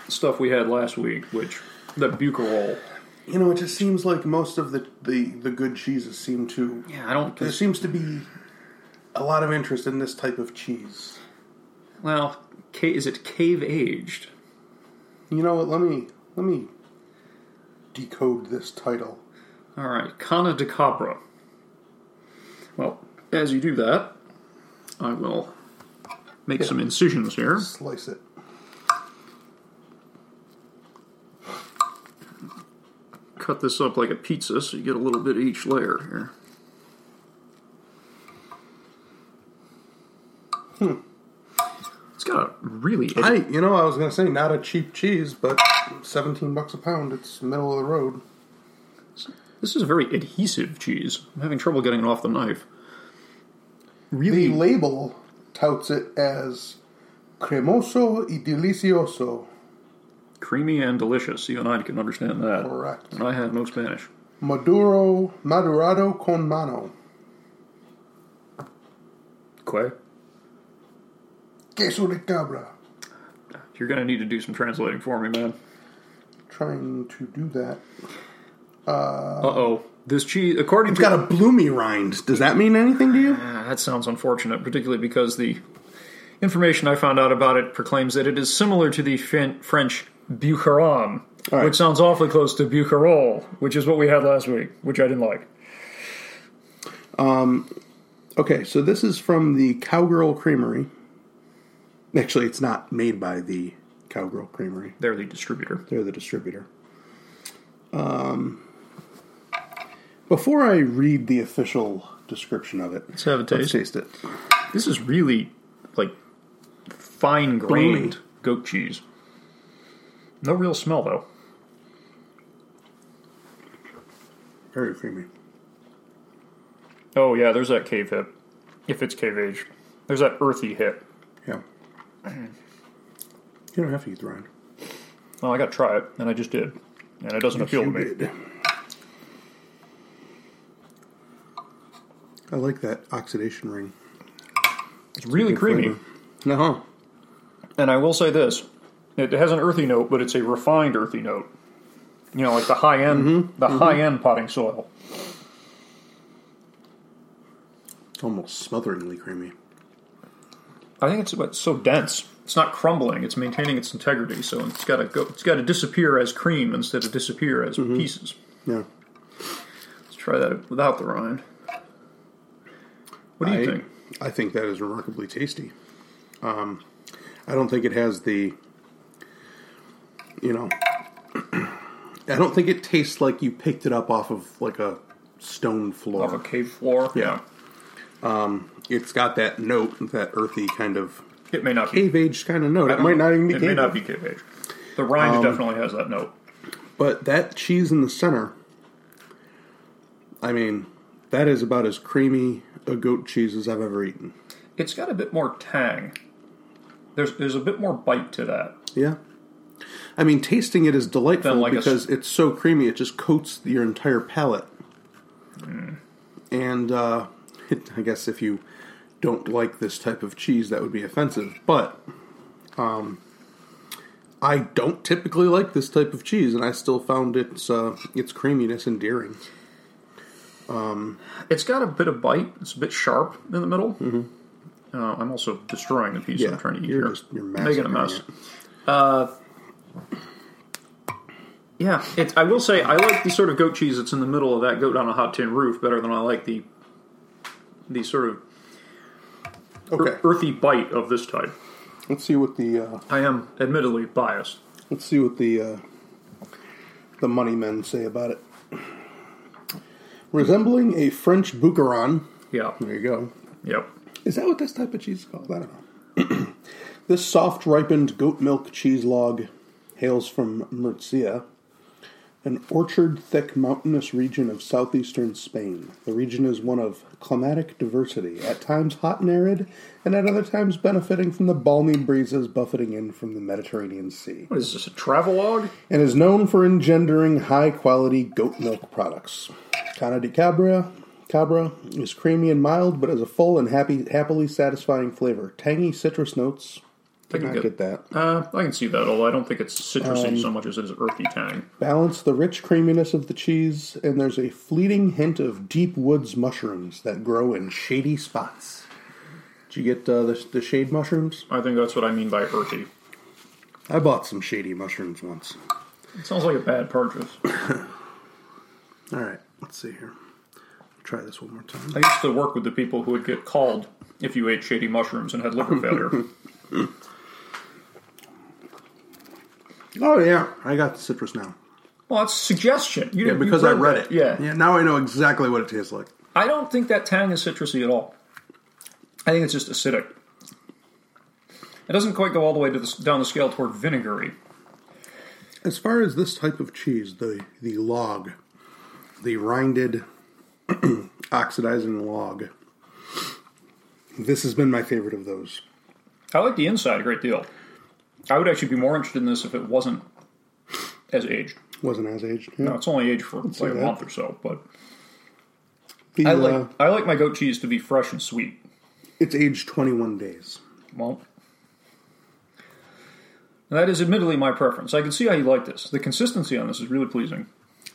[SPEAKER 2] stuff we had last week, which that Bucarol.
[SPEAKER 1] You know, it just seems like most of the the, the good cheeses seem to.
[SPEAKER 2] Yeah, I don't.
[SPEAKER 1] There seems to be a lot of interest in this type of cheese.
[SPEAKER 2] Well, ca- is it cave aged?
[SPEAKER 1] You know what? Let me let me decode this title.
[SPEAKER 2] All right, Cana de Cabra. Well, as you do that, I will make some incisions here.
[SPEAKER 1] Slice it.
[SPEAKER 2] Cut this up like a pizza so you get a little bit of each layer here. It's got a really.
[SPEAKER 1] I you know I was gonna say not a cheap cheese, but seventeen bucks a pound. It's middle of the road.
[SPEAKER 2] This is a very adhesive cheese. I'm having trouble getting it off the knife.
[SPEAKER 1] The
[SPEAKER 2] Really?
[SPEAKER 1] label touts it as cremoso y delicioso.
[SPEAKER 2] creamy and delicious. Even I can understand that.
[SPEAKER 1] Correct.
[SPEAKER 2] And I have no Spanish.
[SPEAKER 1] Maduro, madurado con mano.
[SPEAKER 2] Quay?
[SPEAKER 1] Queso de cabra.
[SPEAKER 2] You're going to need to do some translating for me, man.
[SPEAKER 1] Trying to do that.
[SPEAKER 2] Uh oh. This cheese, according
[SPEAKER 1] It's
[SPEAKER 2] to.
[SPEAKER 1] got a bloomy rind. Does that mean anything to you?
[SPEAKER 2] Ah, that sounds unfortunate, particularly because the information I found out about it proclaims that it is similar to the fin- French Bucaron,
[SPEAKER 1] All right.
[SPEAKER 2] which sounds awfully close to Bucarol, which is what we had last week, which I didn't like.
[SPEAKER 1] Okay, so this is from the Cowgirl Creamery. Actually, it's not made by the Cowgirl Creamery.
[SPEAKER 2] They're the distributor.
[SPEAKER 1] They're the distributor. Um, before I read the official description of it,
[SPEAKER 2] Let's have a
[SPEAKER 1] let's
[SPEAKER 2] taste.
[SPEAKER 1] taste it.
[SPEAKER 2] This is really like fine grained goat cheese. No real smell though.
[SPEAKER 1] Very creamy.
[SPEAKER 2] Oh yeah, there's that cave hip. If it's cave aged, there's that earthy hip.
[SPEAKER 1] Yeah. You don't have to eat the rind.
[SPEAKER 2] Oh, I got to try it, and I just did, and it doesn't appeal to
[SPEAKER 1] You
[SPEAKER 2] me.
[SPEAKER 1] did. I like that oxidation ring.
[SPEAKER 2] It's really
[SPEAKER 1] Good
[SPEAKER 2] creamy.
[SPEAKER 1] flavor. No.
[SPEAKER 2] And I will say this: it has an earthy note, but it's a refined earthy note. You know, like the high end,
[SPEAKER 1] Mm-hmm.
[SPEAKER 2] the high end potting soil.
[SPEAKER 1] It's almost smotheringly creamy.
[SPEAKER 2] I think it's but it's so dense. It's not crumbling. It's maintaining its integrity. So it's got to go. It's got to disappear as cream instead of disappear as
[SPEAKER 1] Mm-hmm.
[SPEAKER 2] pieces.
[SPEAKER 1] Yeah.
[SPEAKER 2] Let's try that without the rind. What do you
[SPEAKER 1] I,
[SPEAKER 2] think?
[SPEAKER 1] I think that is remarkably tasty. Um, I don't think it has the, you know, I don't think it tastes like you picked it up off of like a stone floor.
[SPEAKER 2] Off a cave floor.
[SPEAKER 1] Yeah. Um, It's got that note, that earthy kind of
[SPEAKER 2] It may not be.
[SPEAKER 1] cave age kind of note. It might not even be
[SPEAKER 2] It
[SPEAKER 1] cave Um,
[SPEAKER 2] may
[SPEAKER 1] age.
[SPEAKER 2] not be cave age. The rind definitely has that note.
[SPEAKER 1] But that cheese in the center, I mean, that is about as creamy a goat cheese as I've ever eaten.
[SPEAKER 2] It's got a bit more tang. There's there's a bit more bite to that.
[SPEAKER 1] Yeah. I mean, tasting it is delightful
[SPEAKER 2] Then like a s-
[SPEAKER 1] because it's so creamy, it just coats your entire palate. And uh, it, I guess if you don't like this type of cheese, that would be offensive. But um, I don't typically like this type of cheese, and I still found its uh, its creaminess endearing.
[SPEAKER 2] It's got a bit of bite. It's a bit sharp in the middle. Uh, I'm also destroying the piece
[SPEAKER 1] Yeah,
[SPEAKER 2] I'm trying to eat
[SPEAKER 1] you're
[SPEAKER 2] here.
[SPEAKER 1] just- you're
[SPEAKER 2] making a
[SPEAKER 1] massacring
[SPEAKER 2] mess. Uh,
[SPEAKER 1] it.
[SPEAKER 2] Yeah, it's, I will say I like the sort of goat cheese that's in the middle of that goat on a hot tin roof better than I like the the sort of
[SPEAKER 1] Okay,
[SPEAKER 2] earthy bite of this type.
[SPEAKER 1] let's see what the uh,
[SPEAKER 2] I am admittedly biased.
[SPEAKER 1] let's see what the uh, the money men say about it. Resembling a French boucaron,
[SPEAKER 2] Yeah.
[SPEAKER 1] There you go.
[SPEAKER 2] Yep.
[SPEAKER 1] Is that what this type of cheese is called? I don't know. this soft ripened goat milk cheese log hails from Murcia, an orchard thick mountainous region of southeastern Spain. The region is one of climatic diversity, at times hot and arid, and at other times benefiting from the balmy breezes buffeting in from the Mediterranean Sea
[SPEAKER 2] What is this? A travelogue?
[SPEAKER 1] and is known for engendering high quality goat milk products. Cana di Cabra, Cabra is creamy and mild, but has a full and happy, happily satisfying flavor. Tangy citrus notes.
[SPEAKER 2] I can
[SPEAKER 1] Not get that.
[SPEAKER 2] Uh, I can see that, although I don't think it's citrusy
[SPEAKER 1] Um,
[SPEAKER 2] so much as it is earthy tang.
[SPEAKER 1] Balance the rich creaminess of the cheese, and there's a fleeting hint of deep woods mushrooms that grow in shady spots. Did you get uh, the, the shade mushrooms?
[SPEAKER 2] I think that's what I mean by earthy.
[SPEAKER 1] I bought some shady mushrooms once.
[SPEAKER 2] It sounds like a bad purchase.
[SPEAKER 1] All right, let's see here. Try this one more time.
[SPEAKER 2] I used to work with the people who would get called if you ate shady mushrooms and had liver failure.
[SPEAKER 1] Oh yeah, I got the citrus now.
[SPEAKER 2] well, it's suggestion. You
[SPEAKER 1] Yeah,
[SPEAKER 2] didn't- you
[SPEAKER 1] because I read it.
[SPEAKER 2] that. Yeah.
[SPEAKER 1] Yeah, now I know exactly what it tastes like.
[SPEAKER 2] I don't think that tang is citrusy at all. I think it's just acidic. It doesn't quite go all the way to the, down the scale toward vinegary.
[SPEAKER 1] As far as this type of cheese, the the log, the rinded oxidizing log, this has been my favorite of those.
[SPEAKER 2] I like the inside a great deal. I would actually be more interested in this if it wasn't as aged.
[SPEAKER 1] Wasn't as aged. Yeah.
[SPEAKER 2] Now, it's only aged for like a
[SPEAKER 1] that.
[SPEAKER 2] month or so, but
[SPEAKER 1] The,
[SPEAKER 2] I
[SPEAKER 1] uh,
[SPEAKER 2] like I like my goat cheese to be fresh and sweet.
[SPEAKER 1] it's aged 21 days.
[SPEAKER 2] Well, that is admittedly my preference. I can see how you like this. The consistency on this is really pleasing.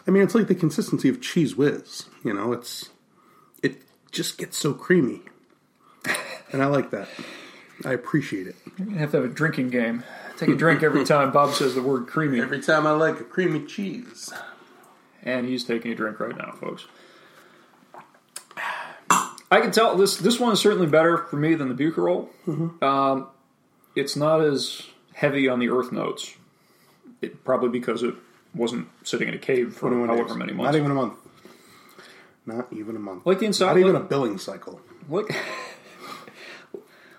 [SPEAKER 1] I mean, it's like the consistency of cheese whiz. You know, it's it just gets so creamy, and I like that. I appreciate it.
[SPEAKER 2] You have to have a drinking game. Take a drink every time Bob says the word creamy,
[SPEAKER 1] time I like a creamy cheese.
[SPEAKER 2] and he's taking a drink right now, folks. I can tell this this one is certainly better for me than the Bucarol. Um,
[SPEAKER 1] Mm-hmm.
[SPEAKER 2] it's not as heavy on the earth notes, it, probably because it wasn't sitting in a cave for
[SPEAKER 1] 21
[SPEAKER 2] however
[SPEAKER 1] days.
[SPEAKER 2] many
[SPEAKER 1] Not
[SPEAKER 2] months.
[SPEAKER 1] even a month. Not even a month.
[SPEAKER 2] like the inside,
[SPEAKER 1] Not
[SPEAKER 2] like-
[SPEAKER 1] even a billing cycle.
[SPEAKER 2] like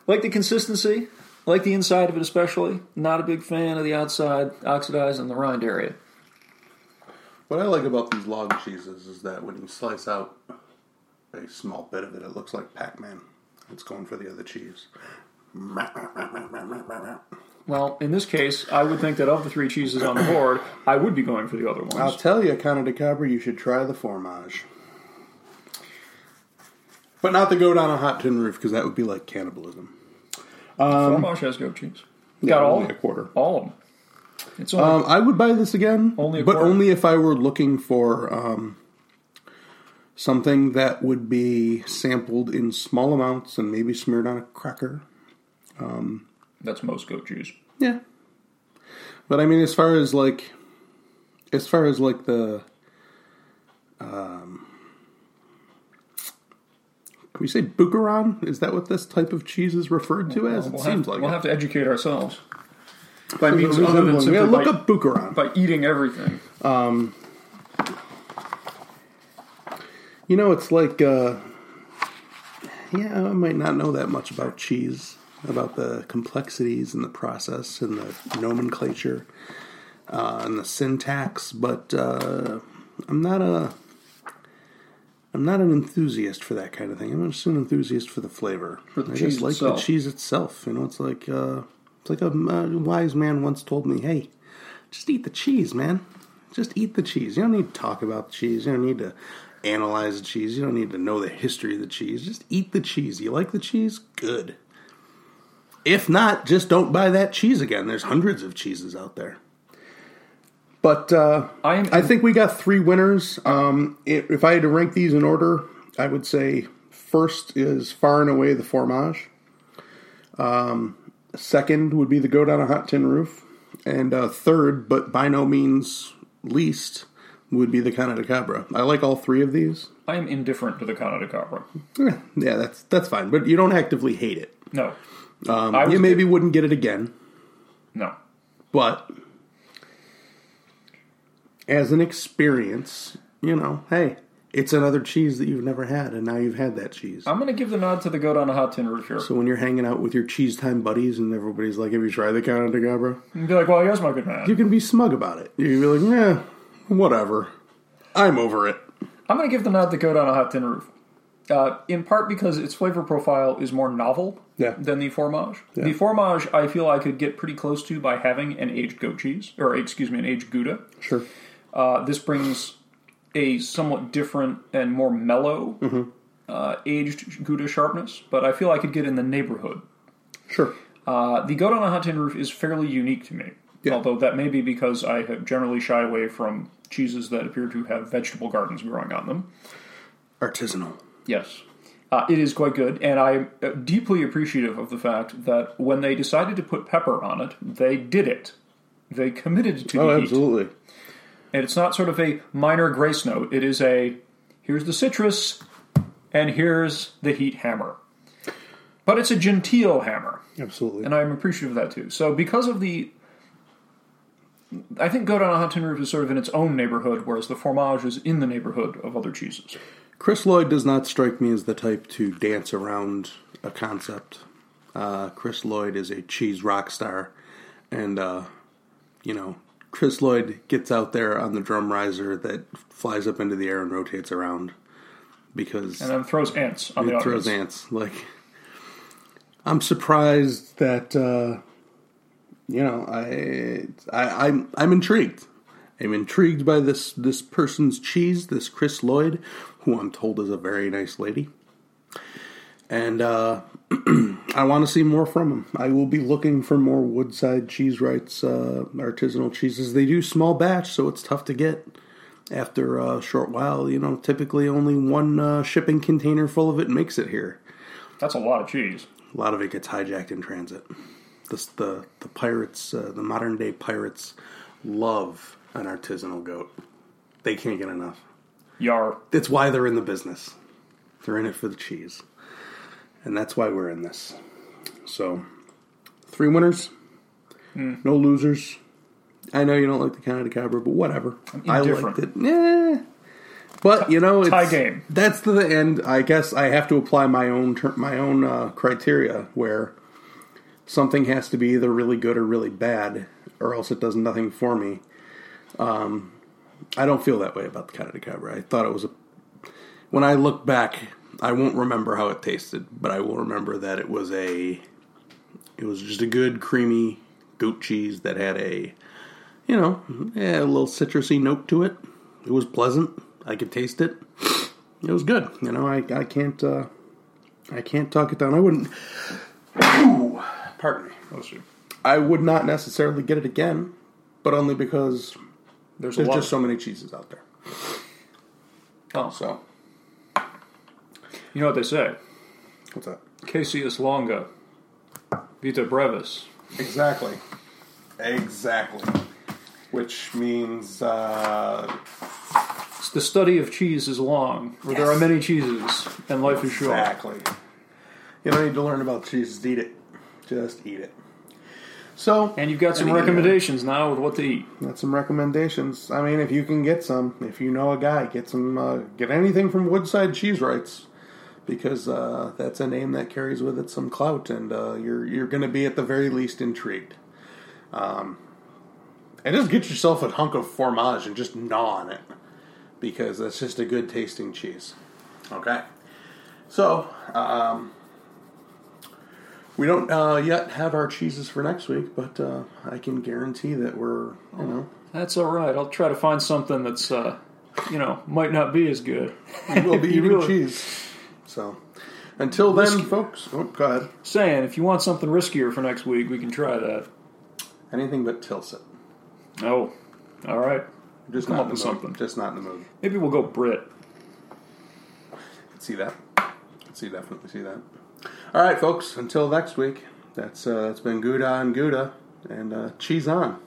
[SPEAKER 2] like the consistency, like the inside of it especially. Not a big fan of the outside oxidized and the rind area.
[SPEAKER 1] What I like about these log cheeses is that when you slice out a small bit of it, it looks like Pac Man. It's going for the other cheese.
[SPEAKER 2] Well, in this case, I would think that of the three cheeses on the board, I would be going for the other ones.
[SPEAKER 1] I'll tell you, Conor DeCabra, you should try the fromage. But not the go down a hot tin roof, because that would be like cannibalism. Um,
[SPEAKER 2] Fromage has goat cheese. Got all
[SPEAKER 1] only a quarter.
[SPEAKER 2] all of them. It's only
[SPEAKER 1] Um, I would buy this again,
[SPEAKER 2] Only a
[SPEAKER 1] but
[SPEAKER 2] quarter.
[SPEAKER 1] only if I were looking for um, something that would be sampled in small amounts and maybe smeared on a cracker.
[SPEAKER 2] that's most goat cheese.
[SPEAKER 1] Yeah, but I mean, as far as like, as far as like the, um, can we say bucaron? Is that what this type of cheese is referred to as? It
[SPEAKER 2] We'll
[SPEAKER 1] seems
[SPEAKER 2] have,
[SPEAKER 1] like
[SPEAKER 2] we'll
[SPEAKER 1] it.
[SPEAKER 2] have to educate ourselves
[SPEAKER 1] by means
[SPEAKER 2] reason
[SPEAKER 1] other than
[SPEAKER 2] that
[SPEAKER 1] yeah,
[SPEAKER 2] simply
[SPEAKER 1] look
[SPEAKER 2] by-
[SPEAKER 1] up bucaron.
[SPEAKER 2] by eating everything.
[SPEAKER 1] You know, it's like uh, yeah, I might not know that much about cheese, about the complexities and the process and the nomenclature uh, and the syntax, but uh, I'm not a I'm not an enthusiast for that kind of thing. I'm just an enthusiast for the flavor.
[SPEAKER 2] the
[SPEAKER 1] I
[SPEAKER 2] cheese
[SPEAKER 1] just like
[SPEAKER 2] itself.
[SPEAKER 1] the cheese itself. You know, it's like uh, it's like a, uh wise man once told me, "Hey, just eat the cheese, man. Just eat the cheese. You don't need to talk about the cheese. You don't need to analyze the cheese. You don't need to know the history of the cheese. Just eat the cheese. You like the cheese? Good. If not, just don't buy that cheese again. There's hundreds of cheeses out there. But uh,
[SPEAKER 2] I am.
[SPEAKER 1] I think we got three winners. Um, i if I had to rank these in order, I would say first is far and away the fromage. Um, second would be the goat on a hot tin roof, and uh, third, but by no means least, would be the Canada Cabra. I like all three of these.
[SPEAKER 2] I am indifferent to the Conno de Cabra.
[SPEAKER 1] Yeah, yeah, that's that's fine. But you don't actively hate it.
[SPEAKER 2] No. Um, I
[SPEAKER 1] You
[SPEAKER 2] was-
[SPEAKER 1] maybe wouldn't get it again,
[SPEAKER 2] No.
[SPEAKER 1] but as an experience, you know, hey, it's another cheese that you've never had, and now you've had that cheese.
[SPEAKER 2] I'm going to give the nod to the goat on a hot tin roof here.
[SPEAKER 1] So when you're hanging out with your cheese time buddies and everybody's like, "Have you tried the Canada Cabra?"
[SPEAKER 2] and be like, well, here's my good man.
[SPEAKER 1] You can be smug about it. You can be like, "Yeah, whatever. I'm over it."
[SPEAKER 2] I'm going to give the nod to Goat on a Hot Tin Roof. Uh, in part because its flavor profile is more novel
[SPEAKER 1] Yeah.
[SPEAKER 2] than the fromage. The fromage, I feel I could get pretty close to by having an aged goat cheese, or excuse me, an aged Gouda.
[SPEAKER 1] Sure.
[SPEAKER 2] Uh, this brings a somewhat different and more mellow uh, aged Gouda sharpness, but I feel I could get in the neighborhood.
[SPEAKER 1] Sure.
[SPEAKER 2] Uh, the Goat on a Hot Tin Roof is fairly unique to me,
[SPEAKER 1] Yeah.
[SPEAKER 2] although that may be because I have generally shy away from cheeses that appear to have vegetable gardens growing on them.
[SPEAKER 1] Artisanal.
[SPEAKER 2] Yes. Uh, it is quite good, and I'm uh, deeply appreciative of the fact that when they decided to put pepper on it, they did it. They committed to the
[SPEAKER 1] Oh,
[SPEAKER 2] heat.
[SPEAKER 1] absolutely.
[SPEAKER 2] And it's not sort of a minor grace note, it is a here's the citrus, and here's the heat hammer. But it's a genteel hammer,
[SPEAKER 1] Absolutely.
[SPEAKER 2] and I'm appreciative of that too. So, because of the. I think Go Down a Hot Tin Roof is sort of in its own neighborhood, whereas the fromage is in the neighborhood of other cheeses.
[SPEAKER 1] Chris Lloyd does not strike me as the type to dance around a concept. Uh, Chris Lloyd is a cheese rock star, and uh, you know, Chris Lloyd gets out there on the drum riser that flies up into the air and rotates around because
[SPEAKER 2] And then throws ants on the
[SPEAKER 1] it
[SPEAKER 2] audience.
[SPEAKER 1] throws ants. Like, I'm surprised that uh, you know I, I I'm I'm intrigued. I'm intrigued by this this person's cheese, this Chris Lloyd, who I'm told is a very nice lady, and uh, I want to see more from him. I will be looking for more Woodside Cheese Rights uh, artisanal cheeses. They do small batch, so it's tough to get after a short while. You know, typically only one uh, shipping container full of it makes it here.
[SPEAKER 2] That's a lot of cheese.
[SPEAKER 1] A lot of it gets hijacked in transit. This, the the pirates, uh, the modern day pirates, love an artisanal goat. They can't get enough.
[SPEAKER 2] Yar.
[SPEAKER 1] That's why they're in the business. They're in it for the cheese, and that's why we're in this. So, three winners, no losers. I know you don't like the Canada Cabra, but whatever. I liked
[SPEAKER 2] indifferent.
[SPEAKER 1] it. Yeah. But you know, it's,
[SPEAKER 2] Tie game.
[SPEAKER 1] That's the end. I guess I have to apply my own ter- my own uh, criteria where something has to be either really good or really bad, or else it does nothing for me. Um, I don't feel that way about the Canada Cabra. I thought it was a. When I look back, I won't remember how it tasted, but I will remember that it was a. It was just a good creamy goat cheese that had a you know, yeah, a little citrusy note to it. It was pleasant. I could taste it. It was good. You know, I, I can't uh, I can't talk it down. I wouldn't. Ooh, pardon me.
[SPEAKER 2] Let's see.
[SPEAKER 1] I would not necessarily get it again, but only because
[SPEAKER 2] There's,
[SPEAKER 1] there's
[SPEAKER 2] a lot.
[SPEAKER 1] just so many cheeses out there.
[SPEAKER 2] Oh.
[SPEAKER 1] So
[SPEAKER 2] You know what they say?
[SPEAKER 1] what's that?
[SPEAKER 2] Caseus longa, vita brevis.
[SPEAKER 1] Exactly. Exactly. Which means uh,
[SPEAKER 2] It's the study of cheese is long, for there are
[SPEAKER 1] Yes.
[SPEAKER 2] many cheeses, and life is short.
[SPEAKER 1] You don't need to learn about cheeses. Eat it. Just eat it. So
[SPEAKER 2] And you've got some
[SPEAKER 1] And you-
[SPEAKER 2] recommendations now with what to eat.
[SPEAKER 1] That's some recommendations. I mean, if you can get some, if you know a guy, get some, uh, get anything from Woodside Cheese Rights. because uh, that's a name that carries with it some clout, and uh, you're you're going to be at the very least intrigued. Um, and just get yourself a hunk of fromage and just gnaw on it because that's just a good tasting cheese. Okay, so um, we don't uh, yet have our cheeses for next week, but uh, I can guarantee that we're you know
[SPEAKER 2] That's all right. I'll try to find something that's, uh, you know, might not be as good.
[SPEAKER 1] we will be
[SPEAKER 2] If you
[SPEAKER 1] eating
[SPEAKER 2] really-
[SPEAKER 1] cheese. So until then,
[SPEAKER 2] Whiskey.
[SPEAKER 1] folks. Oh, go ahead.
[SPEAKER 2] Saying, if you want something riskier for next week, we can try that.
[SPEAKER 1] Anything but Tilsit.
[SPEAKER 2] Oh, all right.
[SPEAKER 1] Just
[SPEAKER 2] Come
[SPEAKER 1] not
[SPEAKER 2] up
[SPEAKER 1] in
[SPEAKER 2] with
[SPEAKER 1] the mood.
[SPEAKER 2] something.
[SPEAKER 1] Just not in the mood.
[SPEAKER 2] Maybe we'll go Brit.
[SPEAKER 1] Could see that. Could see definitely see that. All right, folks. Until next week. That's uh, that's been Gouda and Gouda and uh, cheese on.